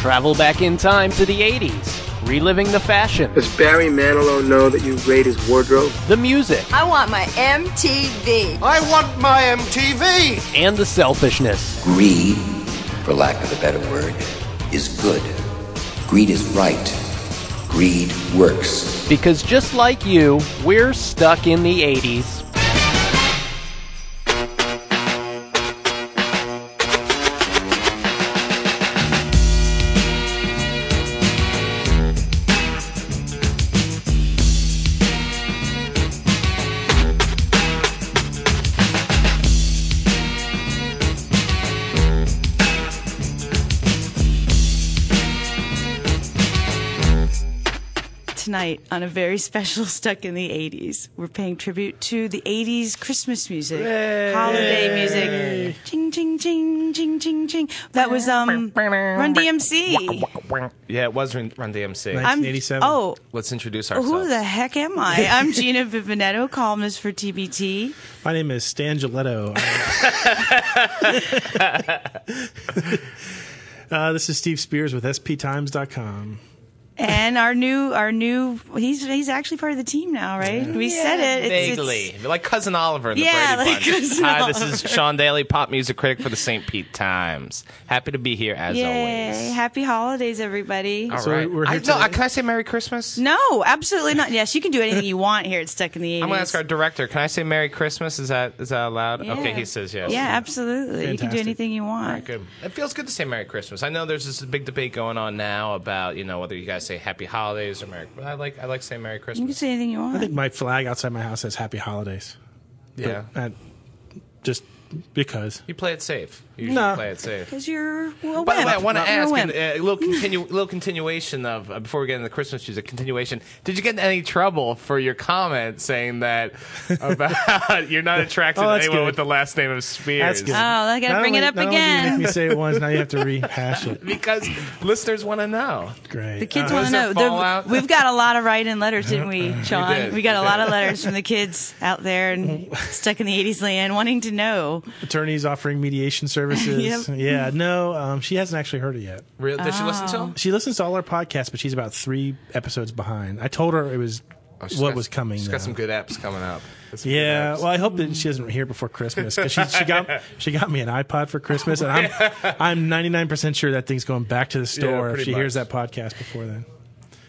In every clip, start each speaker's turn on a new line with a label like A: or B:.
A: Travel back in time to the 80s, reliving the fashion,
B: Does Barry Manilow know that you raid his wardrobe?
A: the music,
C: I want my MTV.
D: I want my MTV.
A: and the selfishness.
E: Greed, for lack of a better word, is good. Greed is right. Greed works.
A: Because just like you, we're stuck in the 80s.
F: tonight on a very special Stuck in the 80s. We're paying tribute to the 80s Christmas music, holiday music. Ching, ching, ching, ching, ching, ching. That was um, Run DMC.
D: Yeah, it was Run Run DMC.
F: I'm,
G: 1987.
F: oh,
D: Let's introduce ourselves.
F: who the heck am I? I'm Gina Vivanetto, columnist for TBT.
G: My name is Stan Giletto. uh, this is Steve Spears with SPTimes.com.
F: And our new, our new, he's he's actually part of the team now, right? We said it. It's- it's-
D: Vaguely, like cousin Oliver in the
F: Yeah,
D: Brady
F: like
D: Bunch.
F: Cousin
D: Hi, this is Sean Daly, pop music critic for the St. Pete Times. Happy to be here as
F: yay!
D: always.
F: Happy holidays, everybody.
D: All
G: So
D: right.
G: we're here
D: I, no,
G: today-
D: I- can I say Merry Christmas?
F: No, absolutely not. Yes, you can do anything you want here at Stuck in the 80s.
D: I'm gonna ask our director. Can I say Merry Christmas? Is that is that allowed?
F: Yeah.
D: Okay, he says yes.
F: Yeah, absolutely. You can do
G: Fantastic.
F: anything you want.
D: Good. It feels good to say Merry Christmas. I know there's this big debate going on now about you know whether you guys say Happy Holidays or Merry. But I like I like saying Merry
F: You can
D: Christmas.
F: say anything you
G: I think
F: want.
G: my flag outside my house says Happy Holidays.
D: Yeah,
G: And just because.
D: you play it safe. You usually
G: No.
D: play it safe.
F: Because you're a wimp.
D: By the way, I want to
F: You're a
D: ask
F: wimp.
D: and, uh, a little continu- little continuation of uh, before we get into the Christmas music. Continuation. Did you get in any trouble for your comment saying that about you're not attracted
G: Oh,
D: to
G: that's
D: anyone
G: good.
D: with the last name of Spears? Ah,
G: That's good.
F: oh, I got to
G: Not
F: bring it
G: only-
F: up
G: not only do you
F: again.
G: Make me say it once. Now you have to rehash it.
D: Because listeners want to know.
G: Great.
F: The kids
D: Uh,
F: want
D: was
F: to
D: there
F: know. They're-
D: fallout?
F: We've got a lot of write-in letters, didn't we, Sean?
D: did.
F: got
D: We
F: a lot
D: did.
F: of letters from the kids out there and stuck in the '80s land, wanting to know.
G: attorneys offering mediation services.
F: Yep.
G: Yeah, no, um, she hasn't actually heard it yet.
D: Real, did she listen to him?
G: She listens to all our podcasts, but she's about three episodes behind. I told her it was
D: Oh, She's
G: what
D: got-
G: was coming.
D: She's
G: now.
D: got some good apps coming up. That's some good
G: Yeah,
D: apps.
G: well, I hope that she doesn't hear before Christmas because she, she got she got me an iPod for Christmas, and I'm I'm 99 percent sure that thing's going back to the store if
D: pretty
G: she hears
D: much.
G: that podcast before then.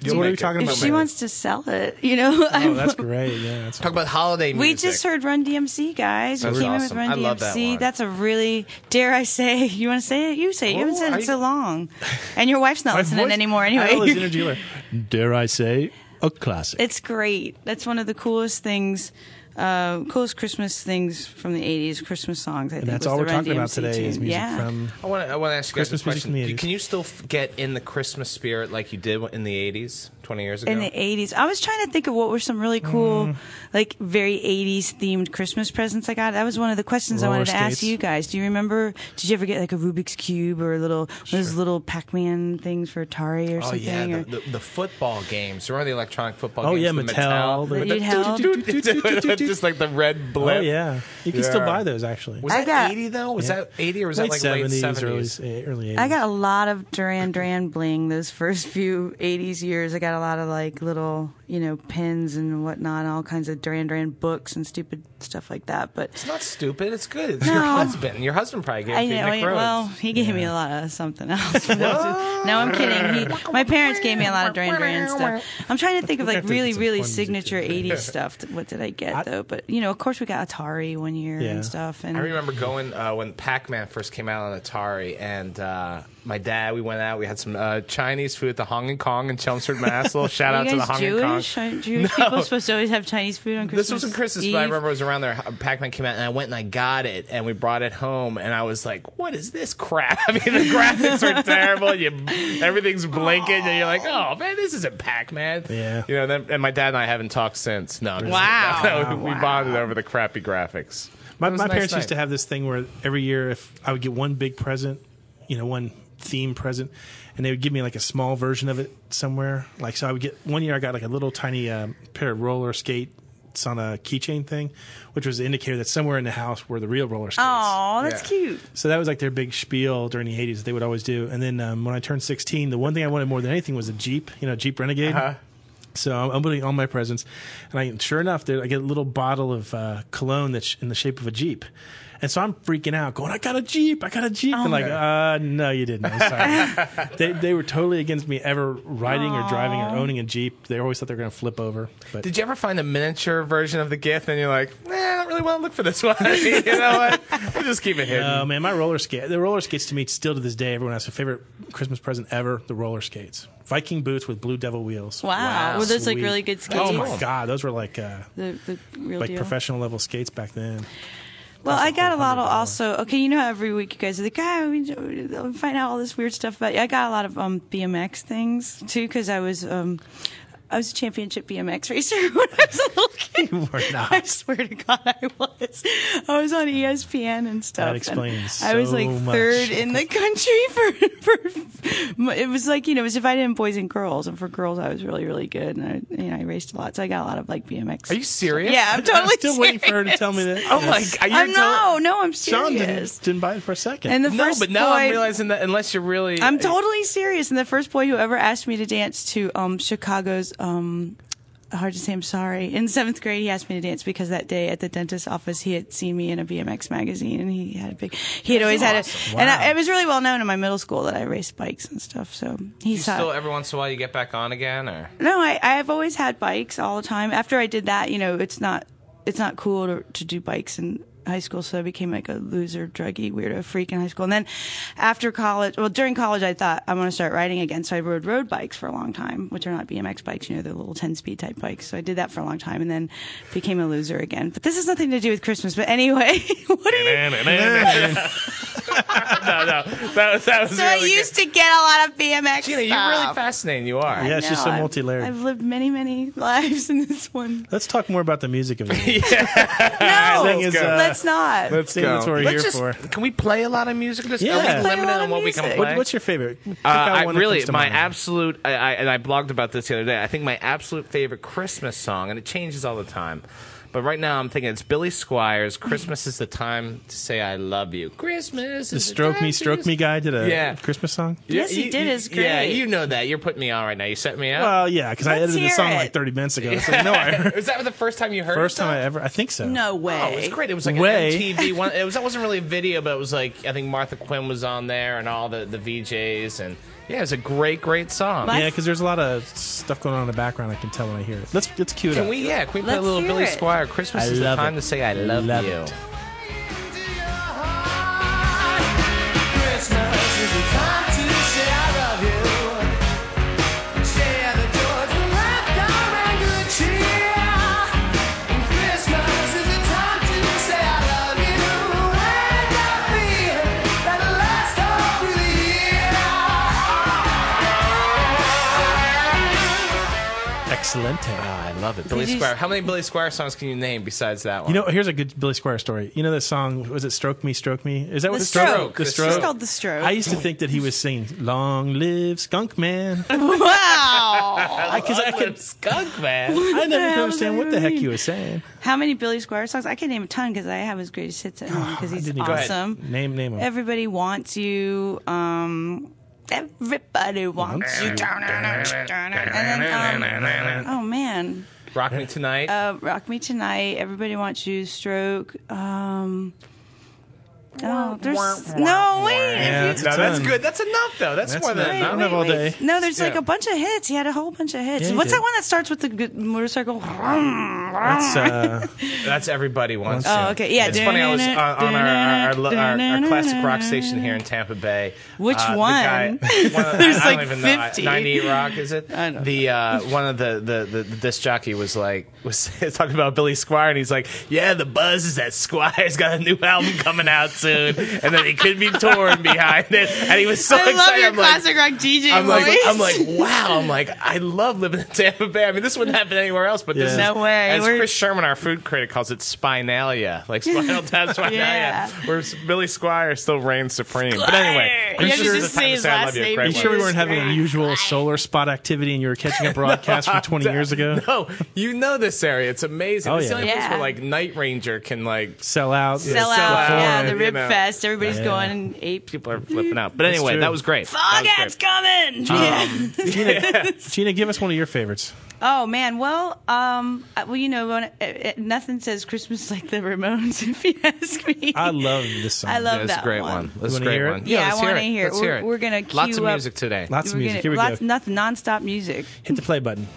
D: You'll
G: so what are
D: make
G: we talking
D: it.
F: If
G: about?
F: she
G: later?
F: wants to sell it, you know.
G: oh, that's great. Yeah, that's
D: Talk about holiday
F: We
D: music.
F: just heard Run DMC, guys.
D: That
F: we
D: was
F: came
D: awesome.
F: in
D: I
F: with Run DMC.
D: love that one.
F: That's a really, dare I say, you want to say it? You say it. You haven't
D: Oh,
F: said it in
D: I-
F: so long. And your wife's not
G: My
F: listening
G: voice-
F: anymore
G: I always
F: anyway.
G: interview her. Dare I say a classic?
F: it's great. That's one of the coolest things, uh, coolest Christmas things from the 80s, Christmas songs, I think.
G: and that's
F: was
G: all
F: the
G: we're
F: Run
G: talking about
F: DMC
G: today is
F: tune.
G: music
F: yeah.
G: from
D: I want to. I want to ask you guys
G: Christmas
D: a
G: music
D: question.
G: in the
D: Do-
G: 80s.
D: Can you still f- get in the Christmas spirit like you did in the '80s, 20 years ago?
F: in the 80s. I was trying to think of what were some really cool,
G: Mm.
F: like very 80s themed Christmas presents I got. That was one of the questions I
G: Roller
F: wanted to ask
G: skates.
F: you guys. Do you remember? Did you ever get like a Rubik's cube or a little those little Pac-Man things for Atari or
D: Oh
F: something?
D: yeah,
F: or-
D: the, the, the football games. Remember the electronic football
G: Oh,
D: games?
G: yeah,
D: the
G: Mattel, the-
F: That you'd held?
D: just like the red blip.
G: Oh yeah, you can still
D: Yeah.
G: buy those actually.
D: Was
F: I
D: that
F: got-
D: 80 though? Was
G: Yeah.
D: that 80 or was that
G: late
D: like late 70s?
G: seventies, early early eighties?
F: I got a lot of Duran Duran bling those first few 80s years. I got a lot of like little, you know, pins and whatnot, all kinds of Duran Duran books and stupid stuff like that. But
D: It's not stupid. It's good. It's your
F: No.
D: husband. Your husband probably gave
F: I
D: you
F: know.
D: Nick
F: I-
D: Rhodes.
F: well, he gave me a lot of something else. no, I'm kidding. He, my parents gave me a lot of Duran Duran stuff. I'm trying to think of like
G: have to
F: really,
G: get some
F: really
G: fun music
F: signature '80s stuff. What did I get
G: I-
F: though? But you know, of course, we got Atari one year
G: Yeah.
F: and stuff. And
D: I remember going uh, when Pac-Man first came out on Atari, and uh, my dad. We went out. We had some uh, Chinese food at the Hong Kong in Chelmsford, Mass. little shout
F: Are
D: out
F: you
D: to the
F: guys
D: Hong
F: Jewish?
D: Kong.
F: Aren't Jewish people supposed to always have Chinese food on Christmas?
D: This was in Christmas,
F: Eve?
D: but I remember it was around there. uh, Pac-Man came out, and I went and I got it, and we brought it home, and I was like, "What is this crap?" I mean, the graphics are terrible. You, everything's blinking, and you're like, "Oh man, this isn't Pac-Man."
G: Yeah.
D: You know, then, and my dad and I haven't talked since. No. I'm just-
F: Wow.
D: no, we bonded over the crappy graphics.
G: My,
D: It was
G: my
D: a nice
G: parents
D: night.
G: used to have this thing where every year, if I would get one big present, you know, one theme present, and they would give me like a small version of it somewhere. Like, so I would get one year, I got like a little tiny um, pair of roller skate it's on a keychain thing, which was an indicator that somewhere in the house were the real roller skates.
F: Oh, that's
D: Yeah.
F: cute.
G: So that was like their big spiel during the 80s that they would always do. And then um, when I turned 16, the one thing I wanted more than anything was a Jeep, you know, Jeep Renegade. So I'm opening all my presents, and I sure enough, there I get a little bottle of uh, cologne that's in the shape of a Jeep, and so I'm freaking out, going, "I got a Jeep! I got a Jeep!" and like, uh, no, you didn't. I'm sorry. they they were totally against me ever riding or driving or owning a Jeep. They always thought they were going to flip over. But
D: Did you ever find a miniature version of the gift and you're like, nah, I don't really want to look for this one? you know what? We'll just keep it hidden.
G: Oh man, my roller skate. The roller skates to me still to this day. Everyone has a favorite Christmas present ever. The roller skates, Viking boots with blue devil wheels.
F: Wow.
D: Wow,
F: Were those like
G: Sweet.
F: really good skates?
G: Oh my god, those were like uh,
F: The, the real
G: like
F: deal.
G: professional level skates back then.
F: Well, I got a lot of also. Okay, you know how every week you guys are like, ah, we we find out all this weird stuff about you. I got a lot of um, BMX things too because I was um, I was a championship BMX racer when I was a little kid.
G: You were not.
F: I swear to God, I was. I was on E ESPN and stuff. and
G: explains
F: I was
G: so
F: like
G: much.
F: third in the country for for. It was like you know, it was divided in boys and girls, and for girls, I was really really good, and I you know I raced a lot, so I got a lot of like BMX.
D: Are you serious?
F: Yeah, I'm totally
G: I'm still waiting for her to
F: serious.
G: tell me that. uh,
D: Oh my god. You're
F: I'm no, no, I'm
G: Sean
F: serious.
G: didn't, didn't buy it for a second.
F: And the
D: telling- No,
F: first
D: but now
F: boy-
D: I'm realizing that unless you're really.
F: I'm totally serious. And the first boy who ever asked me to dance to um, Chicago's um, hard to say I'm sorry. In seventh grade, he asked me to dance because that day at the dentist's office, he had seen me in a BMX magazine, and he had a big. He had always had a, and I, it was really well known in my middle school that I raced bikes and stuff. So he
D: You
F: saw.
D: still, every once in a while, you get back on again, or
F: No, I, I've always had bikes all the time. After I did that, you know, it's not it's not cool to to do bikes in high school, so I became like a loser, druggy, weirdo freak in high school. And then after college, well, during college, I thought I'm going to start riding again, so I rode road bikes for a long time, which are not BMX bikes, you know, they're little 10 speed type bikes. So I did that for a long time, and then became a loser again. But this has nothing to do with Christmas. But anyway, what do you?
D: that was that was
F: So I
D: really
F: used to get a lot of BMX.
D: Gina, you're really
F: stuff.
D: fascinating. You are.
G: yeah, she's
F: No,
G: so
F: I've-
G: multi-layered.
F: I've lived many, many lives in this one.
G: Let's talk more about the music of it.
F: No,
G: thing is, uh,
F: let's not.
G: Let's see that's what we're
D: Let's
G: here
D: just,
G: for.
D: Can we play a lot of music? Just are
G: Yeah.
D: we
G: Let's play
F: a
D: limited
F: lot
D: on
F: of
D: what we can
F: music.
D: play.
G: What, what's your favorite? Pick
D: Uh,
G: out
D: I
G: one that
D: really
G: comes to
D: my
G: mind.
D: absolute I, I and I blogged about this the other day. I think my absolute favorite Christmas song, and it changes all the time. But right now I'm thinking it's Billy Squire's "Christmas is the time to say I love you." Christmas
G: The
D: is the
G: stroke
D: time
G: me,
D: to
G: stroke
D: just-
G: me guy did a
D: Yeah.
G: Christmas song.
F: Yes, he did. It's
D: Yeah,
F: great.
D: you know that. You're putting me on right now. You set me up.
G: Well, Uh, yeah, because I
F: Let's
G: edited the
F: hear
G: song
F: it.
G: like 30 minutes ago. So no, I heard.
D: was that the first time you heard?
G: First
D: it,
G: time I
D: though?
G: ever. I think so.
F: No way.
D: Oh, it was great. It was like
G: Way.
D: an MTV one. It was that wasn't really a video, but it was like I think Martha Quinn was on there and all the the VJs and yeah, it was a great great song.
F: My-
G: Yeah, because there's a lot of stuff going on in the background. I can tell when I hear it. Let's let's cue it
D: Can
G: up.
D: we, yeah, can we play a
F: Let's
D: little
F: hear
D: Billy
F: it.
D: Squire? Christmas
G: I
D: is the
G: love
D: time to
G: it.
D: say I love,
G: Love
D: you.
G: it. Excellent.
D: Ah, I love it. Billy
F: Did you-
D: Squire. How many Billy Squire songs can you name besides that one?
G: You know, here's a good Billy Squire story. You know that song? Was it "Stroke Me, Stroke Me"? Is that what
F: The
G: the
F: Stroke.
G: The
D: It's
G: stroke.
F: It's called the stroke.
G: I used to think that he was singing "Long Live Skunk Man."
F: wow.
G: Because I, could,
D: Skunk Man.
G: I never
F: hell
G: could
F: does
G: understand
F: that
G: what the
F: even
G: heck
F: mean?
G: he was saying.
F: How many Billy Squire songs? I can name a ton because I have his greatest hits at home because he's
G: didn't even- Go ahead.
F: awesome.
G: Name name him.
F: Everybody wants you. Um, everybody wants you. And then, um, oh man,
D: Rock Me Tonight.
F: uh, Rock Me Tonight. Everybody wants you. Stroke. Um, oh, there's no wait.
G: Yeah,
F: if you-
G: that's a
D: no, that's
G: ton.
D: good. That's enough, though. That's,
G: That's
D: more than
F: Wait,
G: nice. I
D: enough.
G: don't
F: wait,
G: have all
F: wait.
G: day.
F: No, there's like
D: Yeah.
F: a bunch of hits. He had a whole bunch of hits.
G: Yeah, he
F: What's
G: did.
F: that one that starts with the good motorcycle?
G: That's uh,
D: That's everybody wants.
F: Oh,
D: to.
F: okay. Yeah.
D: It's funny. I was on, on our, our, our, our, our classic rock station here in Tampa Bay. Uh,
F: Which
D: the
F: one?
D: one of,
F: There's
D: I don't
F: like
D: even know.
F: 50.
D: 98 Rock is it? I
F: don't
D: the uh, one of the the, the the disc jockey was like was talking about Billy Squire, and he's like, "Yeah, the buzz is that Squire's got a new album coming out soon, and then he could be torn behind it. And he was so
F: I
D: excited.
F: love your
D: I'm like-
F: classic rock DJ
D: I'm like,
F: voice.
D: I'm like, wow. I'm like, I love living in Tampa Bay. I mean, this wouldn't happen anywhere else, but this
G: Yeah.
D: is
F: No way.
D: As
F: We're-
D: Chris Sherman, our food critic, calls it spinalia, like spinal tap spinalia,
F: Yeah.
D: where s- Billy Squire still reigns supreme. But anyway,
F: You
D: Chris
F: have to
D: Sherman
F: just
D: is the type
F: say
D: to
F: his
D: say I
F: last
D: love you,
F: name.
D: Craig
G: You sure we
D: Lewis.
G: weren't having unusual solar spot activity and you were catching a broadcast from 20 years ago?
D: No, you know this area. It's amazing.
G: Oh,
D: it's the
G: yeah.
D: only place
F: Yeah.
D: where like Night Ranger can like
G: Sell out.
F: sell
D: sell
F: out.
D: out,
F: Yeah, the
D: you
F: Rib
D: know.
F: Fest. Everybody's
G: Yeah.
F: going and ape.
D: people are flipping out. But anyway,
G: true.
D: that was great. That
F: Fog
D: was
F: Ad's
D: great.
F: coming.
G: Um,
F: Yeah.
G: Gina, give us one of your favorites.
F: Oh man. Well, um, uh, well, you know, when, uh, uh, nothing says Christmas like the Ramones. If you ask me,
G: I love this song.
F: I love
D: That's
F: that
D: a great
F: one.
D: one. That's a
G: wanna
D: great
G: hear it?
D: one.
F: Yeah, I
D: let's
F: wanna
D: it.
F: hear it.
D: Let's
F: We're-
D: hear it.
F: we're gonna
D: lots of
F: queue up-
D: music today.
G: Lots of
F: We're
G: music.
F: gonna-
G: Here we
F: lots,
G: go.
F: Nothing, nonstop music.
G: Hit the play button.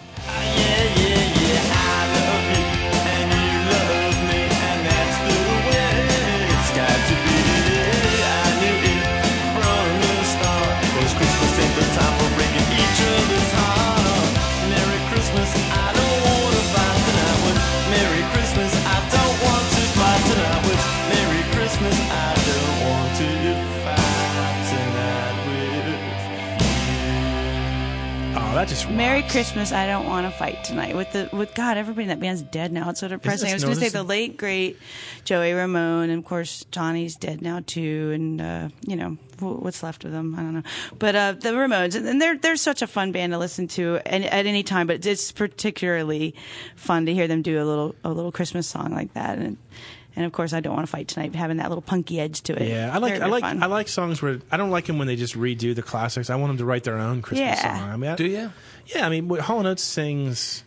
G: Oh, that just
F: Merry
G: rocks.
F: Christmas. I don't want to fight tonight with the with God. Everybody in that band's dead now. It's so depressing. I was
G: no,
F: going to say
G: this
F: the
G: is-
F: late great Joey Ramone, and of course Johnny's dead now too, and uh, you know wh- what's left of them. I don't know, but uh, the Ramones, and- and they're they're such a fun band to listen to at, at any time. But it's particularly fun to hear them do a little a little Christmas song like that, and and of course I don't want to fight tonight, having that little punky edge to it.
G: Yeah, I like
F: They're-
G: I
F: they're
G: like
F: fun.
G: I like songs where I don't like them when they just redo the classics. I want them to write their own Christmas
F: Yeah.
G: song. I mean, I,
D: Do you?
G: Yeah, I mean, what- Hall and Oates sings.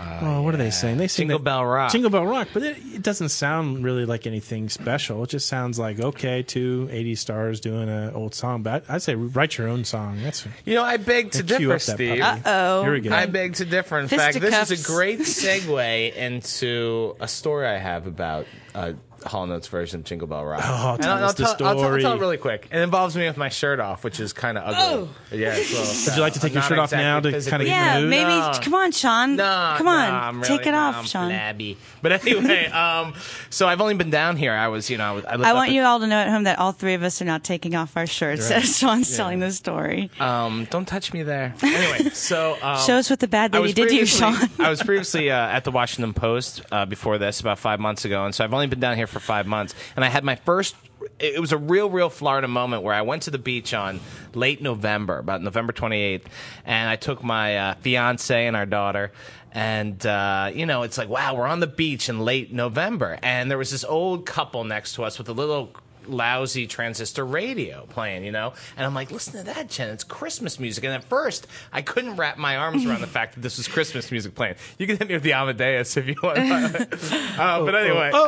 G: oh, what are they saying? They sing
D: Jingle
G: that-
D: Bell Rock.
G: Jingle Bell Rock, but it, it doesn't sound really like anything special. It just sounds like okay, two 80 stars doing an old song. But I, I'd say write your own song. That's
D: You know, I beg to
G: cue
D: differ,
G: up that puppy.
D: Steve.
F: Uh-oh.
G: Here we go.
D: I beg to differ. In fact, this is
F: Fisticuffs.
D: a great segue into a story I have about uh, Hall & Oates' version of Jingle Bell Rock.
G: Oh,
D: And
G: tell
D: I'll,
G: us
D: I'll
G: the
D: tell, I'll tell- I'll
G: story.
D: tell it really quick. It involves me with my shirt off, which is kind of ugly. Yeah. it's a little sad.
G: Would you like to take your
D: Not
G: shirt off
D: exactly
G: now to
D: physically
G: kinda get
D: pleasing.
F: Oh. Yeah,
G: Rude?
F: maybe.
D: No.
F: Come on, Sean.
D: No,
F: come on,
D: no, I'm
F: take
D: really-
F: it
D: no,
F: off,
D: I'm
F: Sean.
D: flabby. But anyway, um, so I've only been down here. I was, you know, I, was, I, lived
F: I
D: up
F: want
D: in-
F: you all to know at home that all three of us are not taking off our shirts as Sean's telling the story.
D: Um, don't touch me there. Anyway, so um,
F: Show us what the bad
D: I
F: lady
D: was
F: did to you,
D: previously-
F: Sean.
D: I was previously uh, at the Washington Post uh, before this, about five months ago, and so I've only been down here for five months. And I had my first. It it was a real, real Florida moment where I went to the beach on late November, about November 28th, and I took my uh, fiance and our daughter. And, uh, you know, it's like, wow, we're on the beach in late November. And there was this old couple next to us with a little lousy transistor radio playing, you know? And I'm like, listen to that, Jen. It's Christmas music. And at first, I couldn't wrap my arms around the fact that this was Christmas music playing. You can hit me with the Amadeus if you want. uh, but anyway.
F: Oh,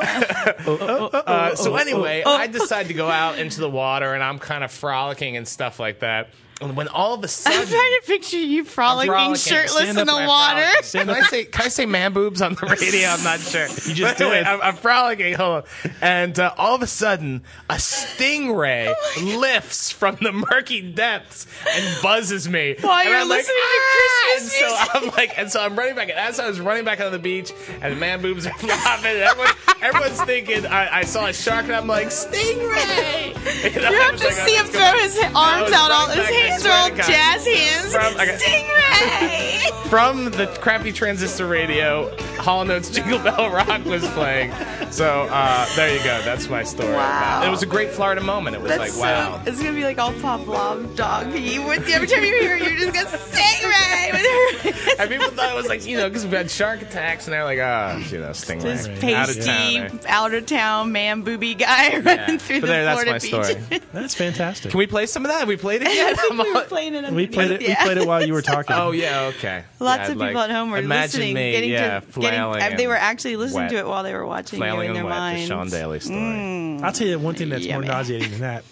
D: Uh, so anyway, I decide to go out into the water and I'm kind of frolicking and stuff like that. And when all of a sudden.
F: I'm trying to picture you frolicking,
D: Frolicking.
F: shirtless
D: Stand
F: in
D: up
F: the
D: and I frolic.
F: water.
D: Can I say can I say man boobs on the radio? I'm not sure. You
G: just did.
D: I'm, I'm frolicking. Hold on. And uh, all of a sudden, a stingray
F: Oh
D: lifts from the murky depths and buzzes me.
F: While
D: And
F: you're
D: I'm "Ah!"
F: listening to Christmas
D: and so I'm like, and so I'm running back. And as I was running back on the beach, and the man boobs are flopping, and everyone, everyone's thinking I, I saw a shark, and I'm like stingray. You, know,
F: You
D: I
F: have
D: was
F: to
D: like, oh,
F: see him
D: what's
F: throw
D: going on?
F: his arms
D: No,
F: out, all
D: right
F: his
D: back, I
F: hands are
D: swear
F: all
D: to God.
F: jazz hands.
D: From- I got-
F: Stingray!
D: from the crappy transistor radio, Hall Notes Jingle Bell Rock was playing. So uh, there you go. That's my story.
F: Wow.
D: It was a great Florida moment. It was
F: That's
D: like, wow.
F: so, it's gonna be like all Pavlov dog. You would every time you hear, it, you're just gonna stingray with her.
D: And people thought it was like, you know, because we had shark attacks, and they're like, ah, you know, stingray.
F: This
D: Out of town,
F: pasty,
D: eh?
F: out of town man booby guy running through
D: But
F: the
D: there, that's
F: Florida
D: my
F: beach.
D: story.
G: That's fantastic.
D: Can we play some of that? Have we played it yet? I'm all-
F: playing it.
G: we played it. We played it while you were talking.
D: oh yeah, okay.
F: Lots
D: Yeah,
F: of
D: like,
F: people at home were
D: imagine
F: listening,
D: Me,
F: getting
D: yeah,
F: to
D: flailing.
F: getting. They
D: and
F: were actually listening
D: wet.
F: to it while they were watching
D: flailing
F: you in
D: and
F: their
D: wet.
F: minds. Mm.
D: The Sean Daly story.
G: I'll tell you one thing that's more
F: Yummy.
G: nauseating than that.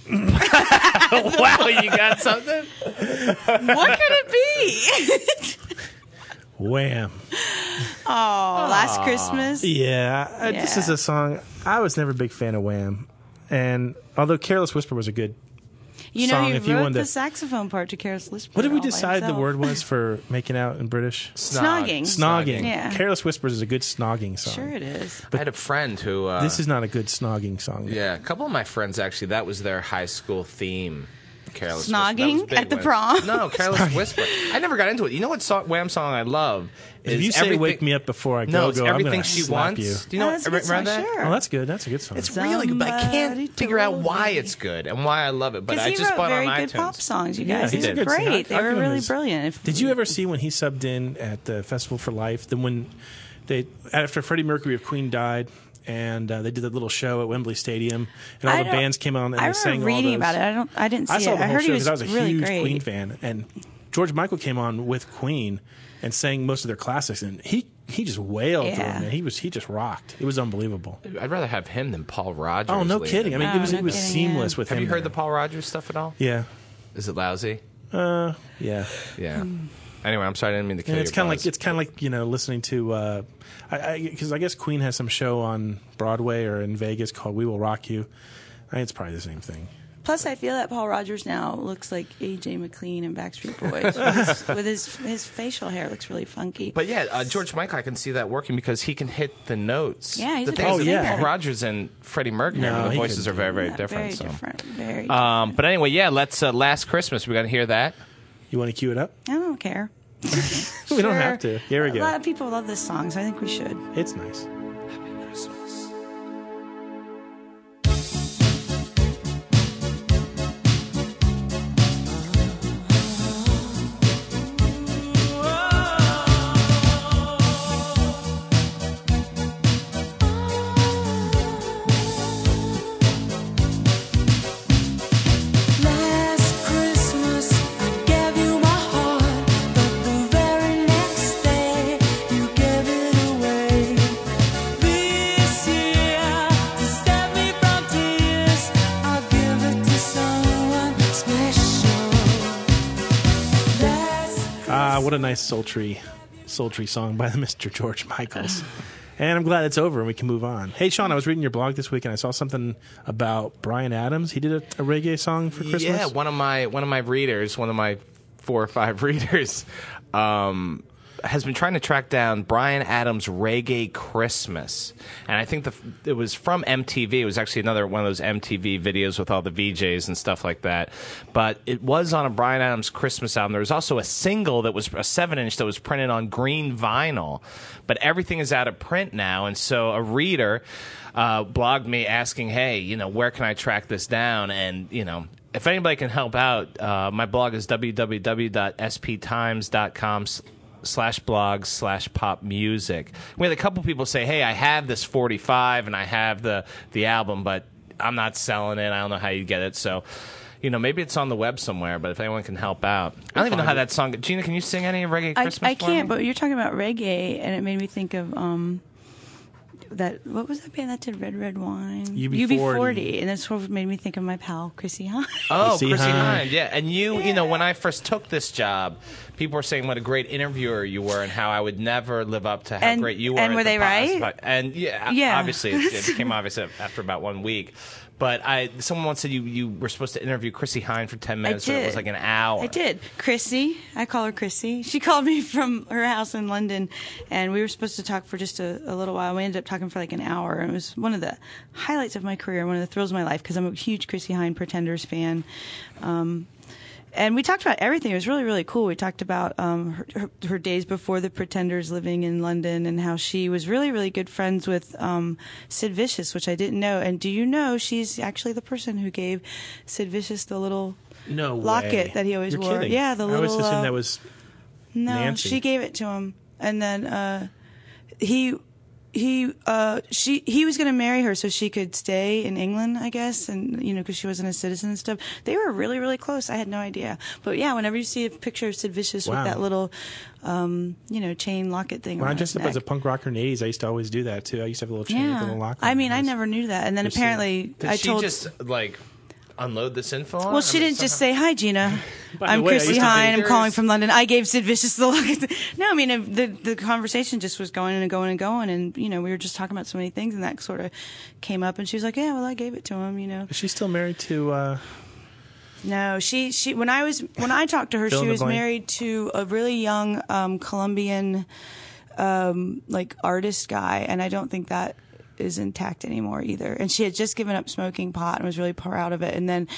D: wow, you got something?
F: What could it be?
G: Wham.
F: oh, last Christmas.
G: Yeah, I, this
F: Yeah.
G: is a song I was never a big fan of Wham, and although Careless Whisper was a good
F: You know,
G: song
F: he
G: if
F: wrote
G: you wanted
F: the
G: to-
F: saxophone part to Oh, Careless Whisper.
G: What did we
F: all by
G: decide the
F: himself.
G: word was for making out in British?
D: Snog.
F: Snogging.
G: Snogging.
F: Yeah.
G: Careless Whispers is a good snogging song.
F: Sure, it is.
D: I had a friend who. Uh,
G: This is not a good snogging song. though.
D: Yeah, a couple of my friends actually. That was their high school theme. Careless Whisper. That
F: Snogging
D: was a big
F: at the
D: one.
F: prom?
D: No, careless whisper. I never got into it. You know what song, Wham song I love?
G: If
D: is
G: you say
D: everything-
G: "Wake me up before I go
D: No, it's
G: go," I'm
D: everything
G: gonna
D: she
G: slap
D: wants.
G: you.
D: Do you know?
F: Oh, that's a
D: re-
F: good
D: remember
F: song,
D: that?
F: sure.
G: Oh, that's good. That's a good song.
D: It's really good, but I
F: Somebody
D: can't figure out
F: told
D: why
F: me.
D: it's good and why I love it. But
F: Because
D: I
F: he
D: just
F: wrote
D: bought it
F: very
D: on
F: good
D: iTunes.
F: pop songs, you guys.
D: he
F: they
D: did.
F: were great.
G: I-
F: They
G: I
F: were
G: give him
F: really
G: his-
F: brilliant. If-
G: Did you ever see when he subbed in at the Festival for Life? Then when they after Freddie Mercury of Queen died. And uh, they did that little show at Wembley Stadium, and all
F: I
G: the
F: don't-
G: bands came on and
F: I
G: they sang
F: remember
G: all
F: reading
G: those.
F: about it. I don't. I didn't see
G: I saw
F: it.
G: the
F: I
G: whole
F: heard
G: show
F: he was,
G: because I was a
F: really
G: huge
F: great.
G: Queen fan, and George Michael came on with Queen and sang most of their classics, and he he just wailed through
F: Yeah.
G: it. Man. He was he just rocked. It was unbelievable.
D: I'd rather have him than Paul Rogers.
G: Oh no,
D: leading
G: kidding! I mean, it was
F: no
G: it was
F: kidding,
G: seamless
F: yeah.
G: with
D: Have
G: him.
D: you heard the
G: there.
D: Paul Rogers stuff at all?
G: Yeah,
D: Is it lousy?
G: yeah.
D: Yeah.
F: Hmm.
D: Anyway, I'm sorry. I didn't mean to kill
G: And
D: you.
G: it's kind of like it's kind of like you know listening to uh, I because I, guess Queen has some show on Broadway or in Vegas called We Will Rock You. I think it's probably the same thing.
F: Plus, I feel that Paul Rogers now looks like AJ McLean and Backstreet Boys with, his, with his his facial hair looks really funky.
D: But yeah, uh, George Michael, I can see that working because he can hit the notes.
F: Yeah, he's
D: the
F: a
D: thing
F: big
D: is that
G: singer.
D: Paul Rogers and Freddie Mercury,
G: No,
D: the
G: he
D: voices
G: couldn't.
D: are very, very
F: Yeah,
D: different.
F: Very
D: so.
F: different. Very.
G: Uh,
D: Um, but anyway, yeah, let's uh, last Christmas. We're gonna hear that.
G: You want to cue it up?
F: different. I don't care.
G: We don't have to. Here we
F: A lot
G: go.
F: of people love this song, so I think we should.
G: It's nice.
H: Last Christmas I gave you my heart, but the very next day you gave it away. This year to save me from tears, I'll give it to someone special.
G: Ah, what a nice sultry, sultry song by Mr. George Michaels. And I'm glad it's over and we can move on. Hey, Sean, I was reading your blog this week and I saw something about Brian Adams. He did a, a reggae song for Christmas.
D: Yeah, one of my one of my readers, one of my four or five readers, um, has been trying to track down Brian Adams' Reggae Christmas, and I think the it was from MTV. It was actually another one of those MTV videos with all the VJs and stuff like that. But it was on a Brian Adams Christmas album. There was also a single that was a seven inch that was printed on green vinyl, but everything is out of print now, and so a reader. Uh, blogged me asking, "Hey, you know, where can I track this down?" And you know, if anybody can help out, uh, my blog is www.sptimes.com s- slash blog slash pop music. We had a couple people say, hey, I have this 45 and I have the, the album, but I'm not selling it. I don't know how you get it. So, you know, maybe it's on the web somewhere, but if anyone can help out. I don't even know how that song... Gina, can you sing any of Reggae
F: I,
D: Christmas
F: I
D: for
F: can't,
D: me?
F: but you're talking about reggae, and it made me think of um, that. What was that band that did Red Red Wine?
G: UB40.
F: and that's what made me think of my pal Chrissy Hine.
D: Oh,
G: Chrissy
D: Chrissy
G: Hine.
D: Hine. Yeah, and you, you know,
F: Yeah.
D: when I first took this job, people were saying what a great interviewer you were, and how I would never live up to how
F: And-
D: great you were.
F: and
D: at
F: were
D: the
F: they
D: pos-
F: right?
D: but- And yeah,
F: Yeah.
D: yeah. obviously, it, it became obvious after about one week. But I, someone once said you you were supposed to interview Chrissy Hine for ten minutes, but it was
F: did.
D: like an hour.
F: I did. Chrissy, I call her Chrissy. She called me from her house in London, and we were supposed to talk for just a, a little while. We ended up talking for like an hour, and it was one of the highlights of my career, one of the thrills of my life, because I'm a huge Chrissy Hine Pretenders fan. Um, and we talked about everything. It was really, really cool. We talked about um, her, her, her days before the Pretenders living in London and how she was really, really good friends with um, Sid Vicious, which I didn't know. And do you know she's actually the person who gave Sid Vicious the little
G: No
F: locket
G: way.
F: that he always
G: You're
F: wore.
G: kidding.
F: Yeah, the
G: I always
F: little,
G: assumed
F: uh,
G: that was
F: no,
G: Nancy.
F: she gave it to him, and then uh, he he uh, she he was going to marry her so she could stay in England, I guess, and you know because she wasn't a citizen and stuff. They were really really close. I had no idea, but yeah, whenever you see a picture of Sid Vicious
G: Wow.
F: with that little um, you know chain locket thing,
G: When
F: on
G: I
F: his
G: dressed up as a
F: neck.
G: punk rocker in the '80s, I used to always do that too. I used to have a little chain, with a
F: Yeah,
G: little locker.
F: I mean, I
G: It was-
F: never knew that, and then
G: seeing-
F: apparently
D: Did
F: I
D: she
F: told.
D: just like unload this info? on?
F: well,
D: I
F: she
D: mean,
F: didn't just
D: somehow-
F: say hi, Gina.
G: the
F: I'm
G: way, I
F: Chrissy
G: used to
F: Hine.
D: date-
F: I'm calling from London. I gave Sid Vicious the look. No, I mean uh, the the conversation just was going and going and going, and you know we were just talking about so many things, and that sort of came up, and she was like, "Yeah, well, I gave it to him," you know.
G: Is she still married to uh,
F: No, she she when I was when I talked to her,
G: Fill in
F: she
G: the
F: was
G: blank.
F: married to a really young um, Colombian um, like artist guy, and I don't think that is intact anymore either. And she had just given up smoking pot and was really proud of it. And then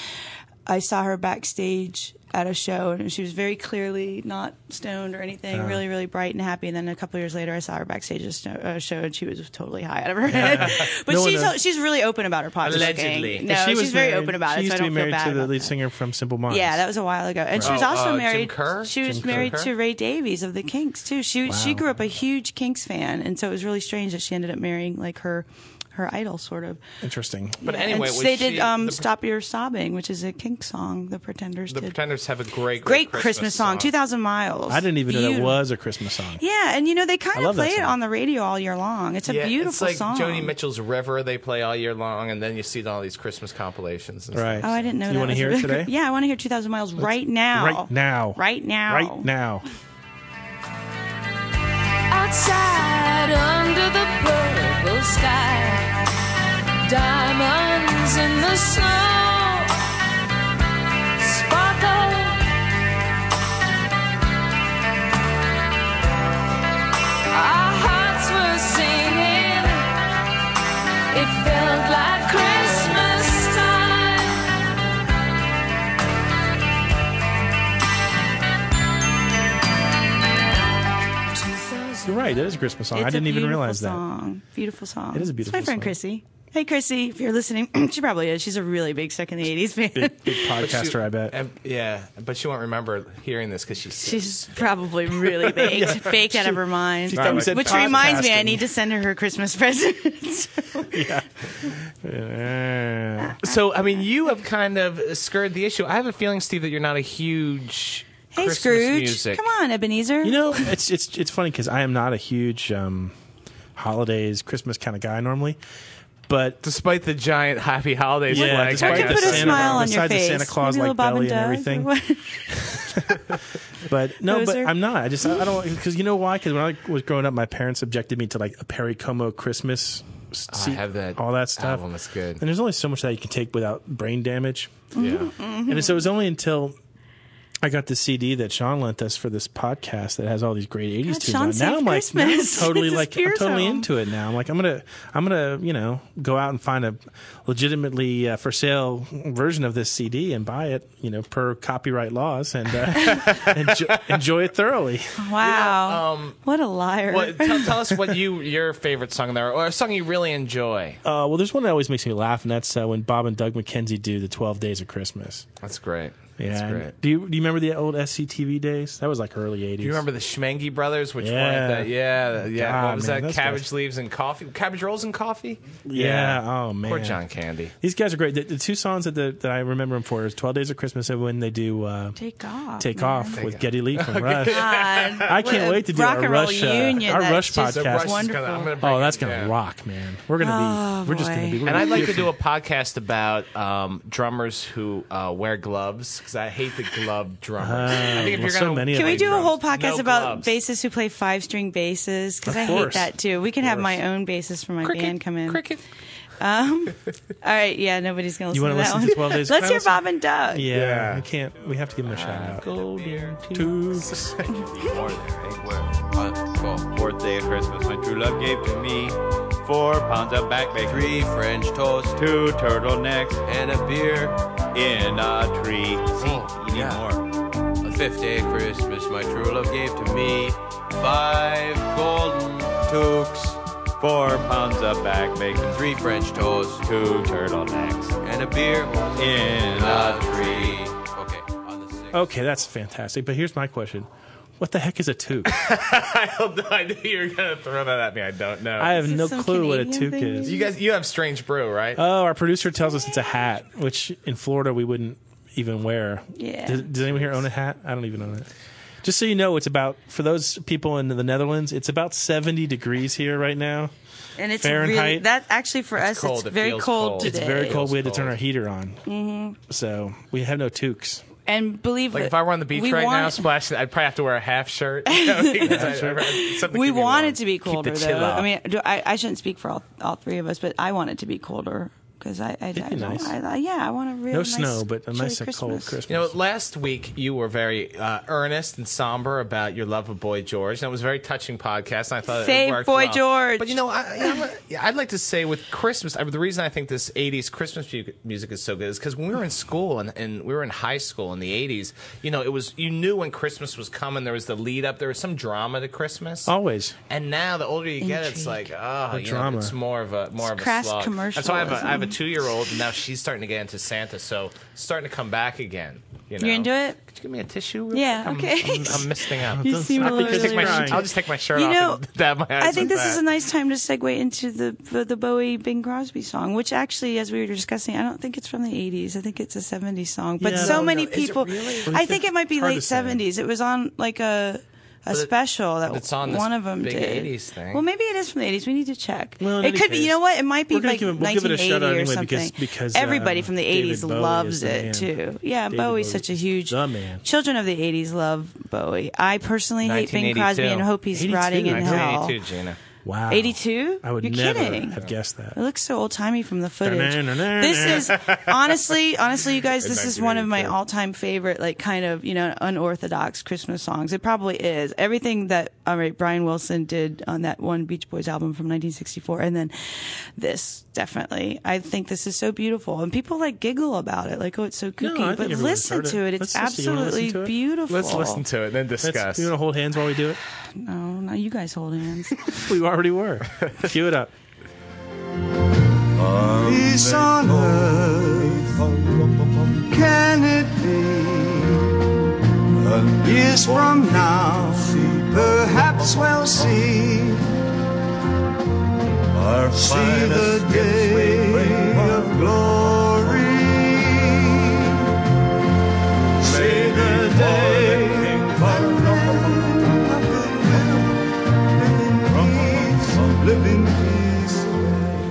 F: I saw her backstage at a show, and she was very clearly not stoned or anything,
G: Uh-huh.
F: really really bright and happy. And then a couple years later, I saw her backstage at a snow- uh, show, and she was totally high out of her head. but
G: No one
F: she's
G: knows.
F: she's really open about her pot
D: Allegedly.
F: smoking. No,
G: She
F: she's
G: was
F: very
G: married-
F: open about it.
G: she
F: So I
G: used
F: don't
G: to be married
F: feel bad
G: to the
F: about
G: lead
F: that.
G: singer from Simple Minds.
F: Yeah, that was a while ago, and she was
D: Oh,
F: also
D: uh, Jim
F: married.
D: Kerr?
F: She was
D: Jim Kerr.
F: married to Ray Davies of the Kinks too. She she grew up a huge Kinks fan, and so it was really strange that she ended up marrying like her her idol, sort of.
G: interesting.
D: But
F: And
D: anyway, was
F: they
D: she-
F: did um,
D: the,
F: "Stop Your Sobbing," which is a Kinks song. The Pretenders
D: The
F: did.
D: Pretenders have a great, great,
F: Great Christmas, song, two thousand miles.
G: I didn't even know that
F: Beautiful.
G: was a Christmas song.
F: Yeah, and you know they
G: I
F: kind of
G: love that
F: play it
G: song.
F: on the radio all year long. It's a beautiful
D: it's like
F: song.
D: Joni Mitchell's River they play all year long, and then you see all these Christmas compilations. And
G: Right.
D: stuff.
F: Oh, I didn't know
G: You
F: that.
G: wanna
F: was a
G: hear it
F: really
G: today?
F: great- Yeah, I want to hear 2,000 Miles right now.
G: Right now.
F: Right now.
G: Right now.
H: outside under the purple sky. Diamonds in the snow sparkle. Our hearts were singing. It felt like Christmas time.
G: You're right. It is a Christmas song.
F: It's
G: I didn't
F: a
G: even
F: beautiful
G: realize
F: song. Beautiful song.
G: It is a beautiful
F: It's my friend
G: song.
F: Chrissy. Hey, Chrissy, if you're listening, she probably is. She's a really big stuck in the 80s fan.
G: that. Big podcaster, I bet.
D: And- yeah, but she won't remember hearing this because she's
F: She's probably really baked, baked out of her mind.
G: she thought we said
F: Which reminds me, I
G: podcasting.
F: need to send her her Christmas present.
G: Yeah.
D: So, I mean, you have kind of skirted the issue. I have a feeling, Steve, that you're not a huge
F: hey,
D: Christmas
F: Scrooge.
D: music.
F: Come on, Ebenezer.
G: You know, it's it's it's funny because I am not a huge um, holidays Christmas kind of guy normally, but
D: Despite the giant happy holidays
G: Yeah,
D: flag,
G: despite
D: I
F: Could
G: the
D: guess.
F: put a
G: Santa-
F: smile on your
G: besides the
F: face.
G: Santa Claus,
F: Maybe a
G: like,
F: little Bob
G: belly and
F: Dove or
G: everything.
F: what?
G: but no, but
F: Poser.
G: I'm not. I just I, I don't because you know why? Because when I was growing up, my parents subjected me to like a Perry Como Christmas. s-
D: I
G: seat,
D: have that
G: all that stuff.
D: album. It's good.
G: and there's only so much that you can take without brain damage.
D: yeah.
G: And so it was only until I got the CD that Sean lent us for this podcast that has all these great '80s
F: God,
G: tunes.
F: Sean
G: on. it. Now
F: saved
G: I'm like, now I'm
F: Christmas.
G: totally
F: This is
G: like, I'm
F: pure
G: totally
F: song.
G: into it now. I'm like, I'm gonna, I'm gonna, you know, go out and find a legitimately uh, for sale version of this CD and buy it, you know, per copyright laws and uh, enjoy, enjoy it thoroughly.
F: wow. what a liar.
D: Well, tell, tell us um, what you your favorite song there, or a song you really enjoy.
G: Uh, well, there's one that always makes me laugh, and that's uh, when Bob and Doug McKenzie do the Twelve Days of Christmas.
D: That's great.
G: Yeah,
D: That's
G: and
D: great.
G: do you do you remember the old SCTV days? That was like early '80s.
D: Do you remember the Schmengi brothers? Which
G: Yeah.
D: one? That, yeah, yeah.
G: God,
D: what was
G: man,
D: that?
G: those
D: Cabbage
G: guys-
D: leaves and coffee. Cabbage rolls and coffee.
G: Yeah. Oh man.
D: Poor John Candy.
G: These guys are great. The, the two songs that, the, that I remember them for is 12 Days of Christmas and when they do uh,
F: Take off.
G: Take
F: man.
G: Off with Getty Lee from Rush.
F: God.
G: I can't
F: Ah, What a
G: wait to do
F: rock
G: our
F: and roll
G: Rush, uh,
F: union.
G: our
F: That's
G: Rush
F: just
G: podcast.
D: Rush is
F: wonderful.
D: gonna- I'm gonna bring
G: Oh, that's
D: it
G: going to
D: down.
G: rock, man. We're going to
F: Oh,
G: be, we're just going to
F: boy.
G: be. we're
D: And I'd
G: gonna
D: like to
G: be
D: do a podcast about um, drummers who uh, wear gloves because I hate the glove drummers. I think if
G: Uh, well,
D: you're
G: so
D: gonna
G: many of
F: Can we
G: Like
F: do a
D: drums,
F: whole podcast
D: no
F: about
D: gloves.
F: bassists who play five string basses? Because
G: Of
F: I
G: course.
F: hate that too. We can have my
G: course.
F: own bassist for my band come in. Um,
D: Cricket.
F: All right, yeah, nobody's gonna
G: You
F: listen to
G: wanna
F: that
G: listen
F: one.
G: to 12 Days of
F: Let's hear
G: Christmas?
F: Bob and Doug.
G: Yeah,
D: Yeah.
G: we can't. We have to give them a shout out.
D: Golden
G: Tooks.
I: Fourth day- where- uh, well, fourth day of Christmas, my true love gave to me four pounds of back bakery, French toast, two turtlenecks, and a beer in a tree.
D: Oh,
I: See, you need more.
J: On fifth day of Christmas, my true love gave to me five golden
I: Tooks, four pounds of back bacon, three,
J: three French toasts
I: two turtlenecks
J: and a beer
I: in
J: a
I: a
J: tree. Okay, on the sixth.
G: Okay, that's fantastic. But here's my question. What the heck is a toque?
D: I knew you were gonna throw that at me. I don't know.
G: I have
F: Is it
G: no
F: some
G: clue what a
F: Canadian
G: toque
F: thing?
G: is.
D: you guys, you have strange brew, right?
F: Uh,
G: Oh, our producer tells us it's a hat, which in Florida we wouldn't even wear.
F: Yeah.
G: Does, does anyone here own a hat? I don't even own it. Just so you know, it's about for those people in the Netherlands, it's about seventy degrees here right now.
F: And it's really
G: Fahrenheit.
F: that actually for us
D: cold.
F: it's
D: It
F: very
D: feels
F: cold,
D: cold.
F: today.
D: It's
G: It's very cold. We had to
D: Feels
G: turn
D: cold.
G: our heater on, mm-hmm. so we have no toques.
F: And believe
D: like
F: it,
D: if I were on the beach
F: we
D: right now,
F: want-
D: splashing, I'd probably have to wear a half shirt. You know, because I- I- something
F: we
D: keep me
F: want
D: warm.
F: it to be
D: Keep the
F: colder
D: chill
F: though.
D: out.
F: I mean, do, I, I shouldn't speak for all, all three of us, but I want it to be colder. because I, I, I
G: be
F: don't-
G: nice.
F: I, I- yeah, I want to really
G: No
F: nice,
G: snow, but a
F: chilly
G: nice uh, cold Christmas.
D: You know, last week you were very uh, earnest and somber about your love of Boy George, and it was a very touching podcast. And I thought
F: Save
D: it worked
F: Boy
D: well.
F: George.
D: But you know, I, I'm a- yeah, I'd like to say with Christmas, I, the reason I think this '80s Christmas mu- music is so good is because when we were in school and, and we were in high school in the '80s, you know, it was you knew when Christmas was coming. There was the lead up. There was some drama to Christmas.
G: Always.
D: And now, the older you get, it's
F: Intrigue.
D: like, oh, you know,
G: drama.
D: it's more of a more of a
F: crass
D: slog. And so I have a, I have a
F: commercialism.
D: two year old, and now she's starting to get into Santa, so it's starting to come back again. You know?
F: You're into it?
D: Could you give me a tissue? real
F: Yeah,
D: quick?
F: okay.
D: I'm, I'm, I'm misting up.
F: You seem a
G: stop
F: little
G: because
D: Take my-
G: you're
F: really-
G: crying.
D: I'll just take my shirt
F: You
D: off
F: know,
D: and dab my eyes
F: I think
D: with
F: this
D: that.
F: is a nice time to segue into the the, the Bowie Bing Crosby song, which actually, as we were discussing, I don't think it's from the '80s. I think it's a '70s song, but
G: Yeah.
F: so
G: No,
F: many
D: no. Is it
F: people.
D: really?
F: I think it might be
G: Hard to
F: late
G: say.
F: '70s. It was on like a. A
D: it-
F: special that
D: but it's on this
F: one of them
D: big
F: did.
D: 80s thing.
F: Well, maybe it is from the 80s. We need to check.
G: Well, in
F: it
G: any
F: could be. You
G: case,
F: know what? It might be
G: we're gonna
F: like
G: give it- we'll give it a
F: 1980
G: shout-out
F: or
G: anyway
F: something.
G: because- because,
F: everybody
G: um,
F: from the
G: David
F: 80s
G: Bowie is
F: loves
G: the man.
F: it too. Yeah,
G: David
F: Bowie's
G: Bowie.
F: such a huge
G: The man.
F: Children of the 80s love Bowie. I personally hate Bing Crosby
D: 1982.
F: and hope he's
G: 82,
F: rotting in hell.
D: 1982, Gina.
G: Wow.
F: 82?
G: I would
F: You're
G: never
F: kidding.
G: have guessed that.
F: It looks so old timey from the footage.
G: Da-na-na-na-na.
F: this is honestly, honestly, you guys,
D: In
F: this is one of my
D: 1982.
F: all time favorite, like kind of you know unorthodox Christmas songs. It probably is everything that all right Brian Wilson did on that one Beach Boys album from 1964, and then this definitely. I think this is so beautiful, and people like giggle about it, like oh it's so kooky,
G: I think
F: but
G: everyone's
F: listen
G: heard it.
F: to it. It's
G: Let's listen. You wanna listen
F: absolutely
G: to it?
F: beautiful.
D: Let's listen to it and then discuss.
G: That's, you want to hold hands while we do it?
F: No, no, Oh, you guys hold hands.
G: We already were. Cue it up.
H: Peace on earth, can it be? Years from now, perhaps we'll see. See the day of glory. See the day of goodwill, living peace.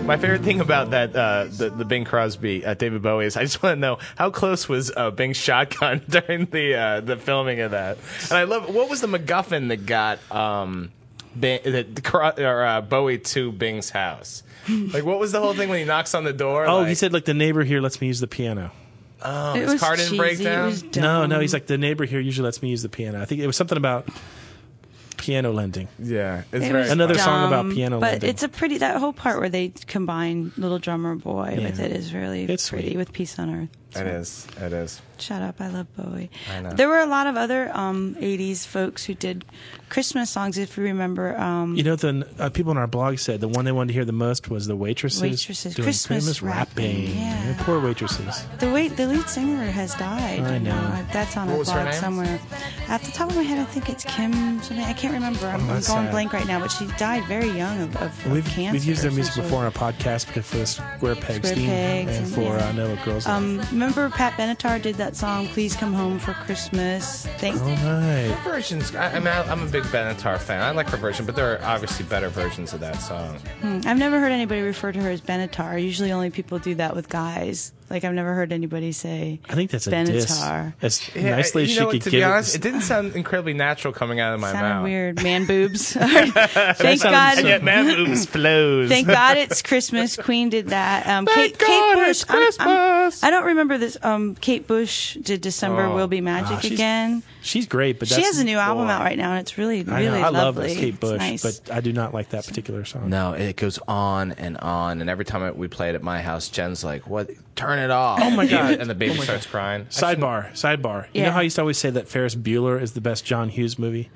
D: My favorite thing about that, uh, the, the Bing Crosby, uh, David Bowie, is I just want to know how close was uh, Bing's shotgun during the uh, the filming of that. And I love what was the MacGuffin that got um, Bing, that Cro- or, uh, Bowie to Bing's house? Like, what was the whole thing when he knocks on the door?
G: Oh,
D: like,
G: he said like the neighbor here lets me use the piano.
F: it
D: his
F: was
D: car didn't
F: cheesy.
D: break down?
F: It was
G: No,
F: dumb.
G: no, he's like the neighbor here usually lets me use the piano. I think it was something about piano lending.
D: Yeah, it's
F: It
D: very
F: was
G: Another
D: funny.
G: song about
F: dumb,
G: piano
F: But
G: lending.
F: it's a pretty that whole part where they combine Little Drummer Boy with
G: Yeah.
F: it is really
G: It's
F: pretty
G: sweet.
F: with Peace on Earth.
D: It is. It is.
F: Shut up, I love Bowie.
D: I know.
F: There were a lot of other um, '80s folks who did Christmas songs. If you remember, um,
G: You know, the uh, people on our blog said the one they wanted to hear the most was the waitresses,
F: Waitresses.
G: doing
F: Christmas
G: rapping.
F: rapping, yeah.
G: Yeah, Poor waitresses.
F: the wait the lead singer has died.
G: I
F: you
G: know.
F: that's on
D: What
F: our
D: was her
F: blog
D: name?
F: somewhere. At the top of my head, I think it's Kim. Something I can't remember. I'm, I'm going
G: that's sad.
F: blank right now. But she died very young of, of, of
G: We've,
F: cancer.
G: we've used their
F: or
G: music
F: some sort.
G: before on our podcast because for the Square Peg
F: Square
G: Steam
F: Pegs
G: and
F: and-
G: for
F: yeah.
G: I know what girls.
F: Um, remember Pat Benatar did that song "Please Come Home for Christmas." Thank
G: All right.
D: Versions. I, I mean, I, I'm a big Benatar fan. I like her version, but there are obviously better versions of that song.
F: I've never heard anybody refer to her as Benatar. Usually, only people do that with guys. Like I've never heard anybody say.
G: I think that's a diss.
F: Benatar.
G: As
D: Yeah,
G: nicely as
D: you
G: she
D: know what,
G: could
D: to
G: give
D: be honest,
G: it.
D: it didn't sound incredibly natural coming out of my
F: Sounded
D: mouth.
F: weird. Man boobs. Thank God.
G: And yet
D: man boobs flows.
F: Thank God it's Christmas. Queen did that. Um,
D: Thank
F: Kate, Kate
D: God
F: Bush.
D: it's
F: I'm- I'm-
D: Christmas.
F: I don't remember this. Um, Kate Bush did "December
D: Oh,
F: Will Be Magic"
G: she's-
F: again.
G: She's great, but
F: She
G: that's,
F: has a new album
G: boy.
F: out right now, and it's really,
G: I
F: really
G: know. I love
F: lovely.
G: Kate
F: It's
G: Bush,
F: nice.
G: but I do not like that particular song.
D: No, it goes on and on, and every time I- we play it at my house, Jen's like, "What? Turn it off!" Oh
G: my God.
D: And the baby starts crying.
G: Sidebar, sidebar. You
F: Yeah.
G: know how I used to always say that Ferris Bueller is the best John Hughes movie?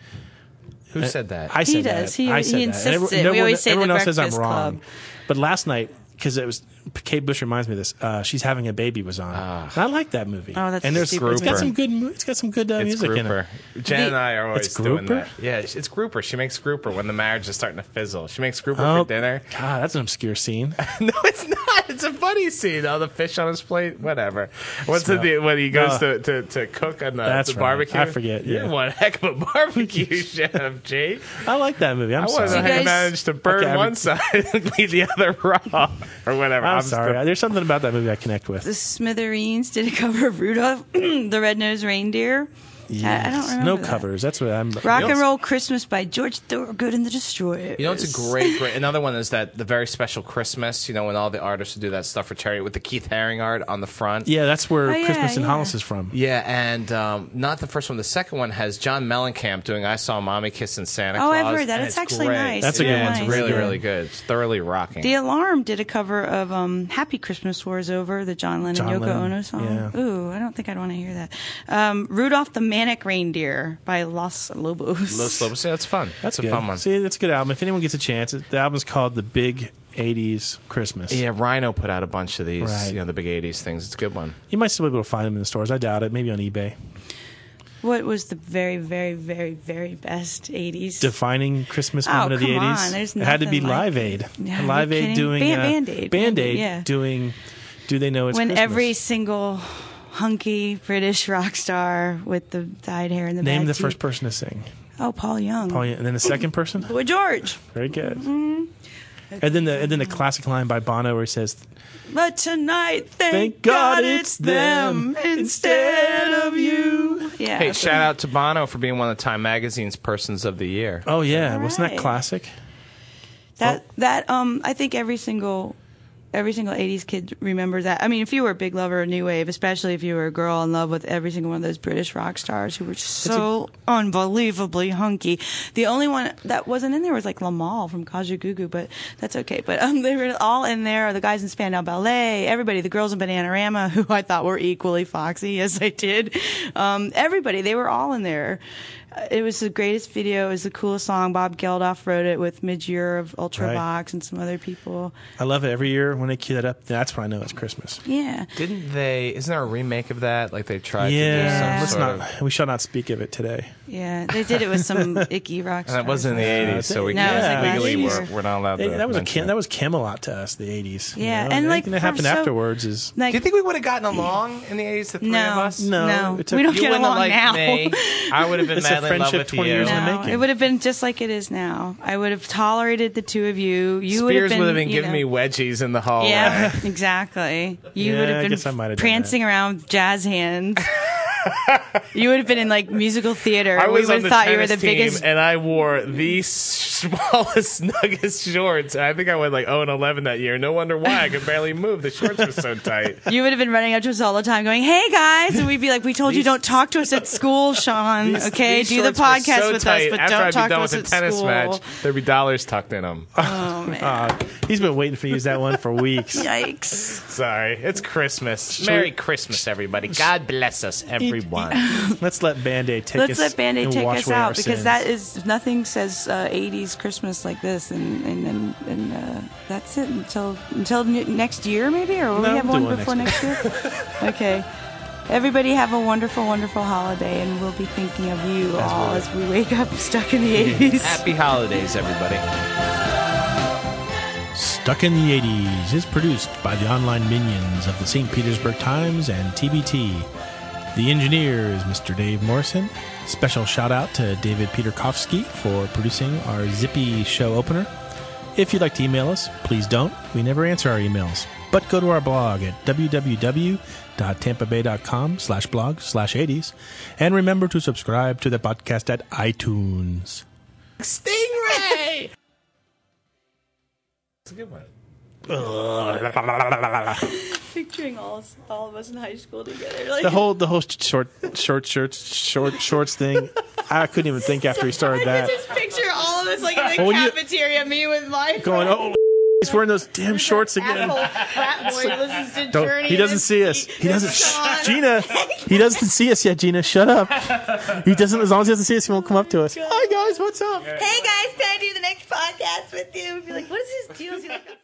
D: Who said that?
G: Uh, I
F: He
G: said
F: does.
G: that.
F: He-
G: I said
F: he
G: that.
F: insists
G: everyone-
F: it. We
G: everyone-
F: always say The
G: everyone else says I'm
F: Breakfast
G: wrong.
F: Club.
G: But last night, because it was Kate Bush reminds me of this. Uh, she's having a baby was on.
D: Ah.
G: and I like that movie.
F: Oh, that's
G: and there's
F: stupid.
G: it's got
D: Grouper.
G: some good mo- it's got some good uh,
D: it's
G: music in it.
D: Grouper. Jen and I are always
G: It's
D: doing
G: Grouper?
D: that. Yeah, it's it's Grouper. She makes Grouper when the marriage is starting to fizzle. She makes Grouper
G: Oh,
D: for dinner.
G: God, that's an obscure scene.
D: No, it's not. It's a funny scene. All the fish on his plate. Whatever. What's the
G: Smell.
D: deal when he goes
G: No.
D: to, to, to cook on the,
G: That's
D: the
G: right.
D: barbecue?
G: I forget,
D: You're
G: yeah.
D: one heck of a barbecue chef, Jake.
G: I like that movie. I'm
D: I want to know
G: sorry.
D: how you
F: guys-
D: managed to burn
G: Okay, I'm-
D: one side and leave the other raw or whatever.
G: I'm
D: just-
G: sorry. There's something about that movie I connect with.
F: the Smithereens did a cover of Rudolph the Red-Nosed Reindeer. I- I don't remember.
G: No
F: that.
G: covers. That's what I'm.
F: Rock
D: You know
F: and
D: what's-
F: Roll Christmas by George Thorogood and the Destroyers.
D: You know, it's a great, great. Another one is that the very special Christmas. You know, when all the artists would do that stuff for charity with the Keith Haring art on the front.
G: Yeah, that's where
F: Oh, yeah,
G: Christmas in
F: yeah.
G: Hollis is from.
D: Yeah, and um, not the first one. The second one has John Mellencamp doing "I Saw Mommy Kissing Santa Claus."
F: Oh, I've heard that.
D: and
F: It's actually nice.
G: That's a
D: yeah,
G: good one.
D: It's
G: Nice.
D: really,
G: Yeah.
D: really good. It's thoroughly rocking.
F: The Alarm did a cover of um, "Happy Christmas War Is Over," the John Lennon
G: John
F: Yoko
G: Lennon,
F: Ono song.
G: yeah.
F: Ooh, I don't think I'd want to hear that. Um, "Rudolph the Manic Reindeer" by Los Lobos.
D: Los Lobos. Yeah, that's fun. That's, a
G: good.
D: fun one.
G: See, that's a good album. If anyone gets a chance, it- the album's called "The Big '80s Christmas."
D: yeah, Rhino put out a bunch of these.
G: Right.
D: You know, the big '80s things. It's a good one.
G: you might still be able to find them in the stores. I doubt it. Maybe on eBay.
F: What was the very, very, very, very best '80s?
G: Defining Christmas
F: Oh,
G: moment of the
F: come on.
G: '80s.
F: There's
G: it had to be
F: nothing like
G: Live
F: it.
G: Aid.
F: Yeah, are you
G: Live Aid
F: kidding?
G: doing
F: Ban-
G: uh,
F: Band-Aid.
G: Band Aid
F: Yeah.
G: doing. Do they know it's
F: when
G: Christmas?
F: every single hunky British rock star with the dyed hair and the
G: name
F: bad
G: the
F: teeth-
G: first person to sing.
F: Oh, Paul Young.
G: Oh, yeah. And then the second person.
F: Boy George.
G: Very good.
F: Mm-hmm.
G: And then the and then the classic line by Bono where he says,
F: But tonight, thank,
G: "Thank God it's them instead of you."
F: Yeah.
D: Hey, shout out to Bono for being one of Time Magazine's Persons of the Year.
G: Oh yeah, wasn't that
F: Right.
G: classic?
F: That that um I think every single every single 80s kid remembers that. I mean, if you were a big lover of new wave, especially if you were a girl in love with every single one of those British rock stars who were so unbelievably hunky. The only one that wasn't in there was like Lamal from Kajagoogoo, but that's okay. But um they were all in there, the guys in Spandau Ballet, everybody, the girls in Bananarama who I thought were equally foxy as I did. Um everybody, they were all in there. Uh, It was the greatest video. It was the coolest song. Bob Geldof wrote it with Midyear of Ultravox
G: Right.
F: and some other people.
G: I love it every year when they cue that up. That's when I know it's Christmas.
F: Yeah.
D: Didn't they? Isn't there a remake of that? Like they tried to do some
G: Yeah,
F: Yeah.
G: let's
D: sort of.
G: not. We shall not speak of it today.
F: Yeah, they did it with some icky rock
D: And
F: stars.
D: it wasn't in the
G: Uh,
D: '80s, so we
F: No, it
D: can't
F: was like last
D: legally
F: year.
D: we're, we're not allowed
G: They-
D: to.
G: that was a
D: mention
G: Cam-
D: it.
G: that was Camelot to us, the eighties.
F: Yeah, and,
G: anything
F: like,
G: that
F: for
G: happened
F: so-
G: afterwards is
F: Like,
D: Do you think we would have gotten along in the '80s, the three
F: no,
D: of us?
G: No,
F: no,
G: it's a-
F: we don't
D: you
F: get
D: wouldn't
F: along
D: have liked
F: now.
D: me. I would have been
G: It's
D: madly in
G: a
D: love
G: friendship
D: with
G: 20
D: you.
G: years in the
F: No,
G: making.
F: it would have been just like it is now. I would have tolerated the two of you. You would have
D: Spears
F: been,
D: would have been
F: you
D: giving me
F: know-
D: wedgies in the hallway.
F: Yeah, exactly. You
G: Yeah,
F: would
G: I
F: have
G: guess I might
F: been
G: have done
F: prancing around with jazz hands. you would have been in like musical theater.
D: I was
F: we
D: on
F: would
D: the
F: have thought you were the
D: tennis team,
F: biggest.
D: and I wore the s- smallest, snuggest shorts. And I think I went like 0 and 11 that year. No wonder why I could barely move. The shorts were so tight.
F: You would have been running up to us all the time, going, "Hey guys!" and we'd be like, "We told you don't talk to us at school, Sean. okay,
D: These
F: do the
D: shorts were
F: podcast
D: so
F: with
D: tight,
F: us, but
D: after
F: don't
D: I'd
F: talk
D: be done
F: to us
D: with
F: at
D: the tennis
F: school."
D: match. There'd be dollars tucked in them.
F: Oh man,
G: Uh, he's been waiting for you to use that one for weeks.
F: yikes!
D: Sorry, it's Christmas. Merry Christmas, everybody. God bless us, everyone.
G: Let's let Band Aid take
F: Let's
G: us.
F: let Band Aid
G: and
F: take
G: wash
F: us
G: away our
F: out because
G: sins.
F: that is nothing says uh, '80s Christmas like this, and and and, and uh, that's it until until n- next year maybe, or will
G: No,
F: we have
G: we'll do
F: one
G: one
F: before next year? okay. Everybody have a wonderful, wonderful holiday, and we'll be thinking of you all as we wake up stuck in the 80s.
D: Happy holidays, everybody.
G: Stuck in the 80s is produced by the online minions of the St. Petersburg Times and TBT. The engineer is Mr. Dave Morrison. Special shout out to David Peterkowski for producing our zippy show opener. If you'd like to email us, please don't. We never answer our emails. But go to our blog at www.tampabay.com slash blog slash 80s. And remember to subscribe to the podcast at iTunes.
D: Stingray! It's a good one.
F: Picturing all, all of us in high school together. Like,
G: the whole the whole short short shirts short shorts thing. I couldn't even think after he started that.
F: picture all of us like in the
G: Well, you-
F: cafeteria, me with my
G: Going, oh, he's wearing those damn shorts again.
F: frat boy listens to
G: Don't- he doesn't see us. He doesn't. Shh, Gina, he doesn't see us yet. Gina, shut up. He doesn't. As long as he doesn't see us, he won't come up to
F: Oh
G: us. Hi guys, what's up?
C: Hey guys, can I do the next podcast with you? Be like, what is his deal? Is he like a-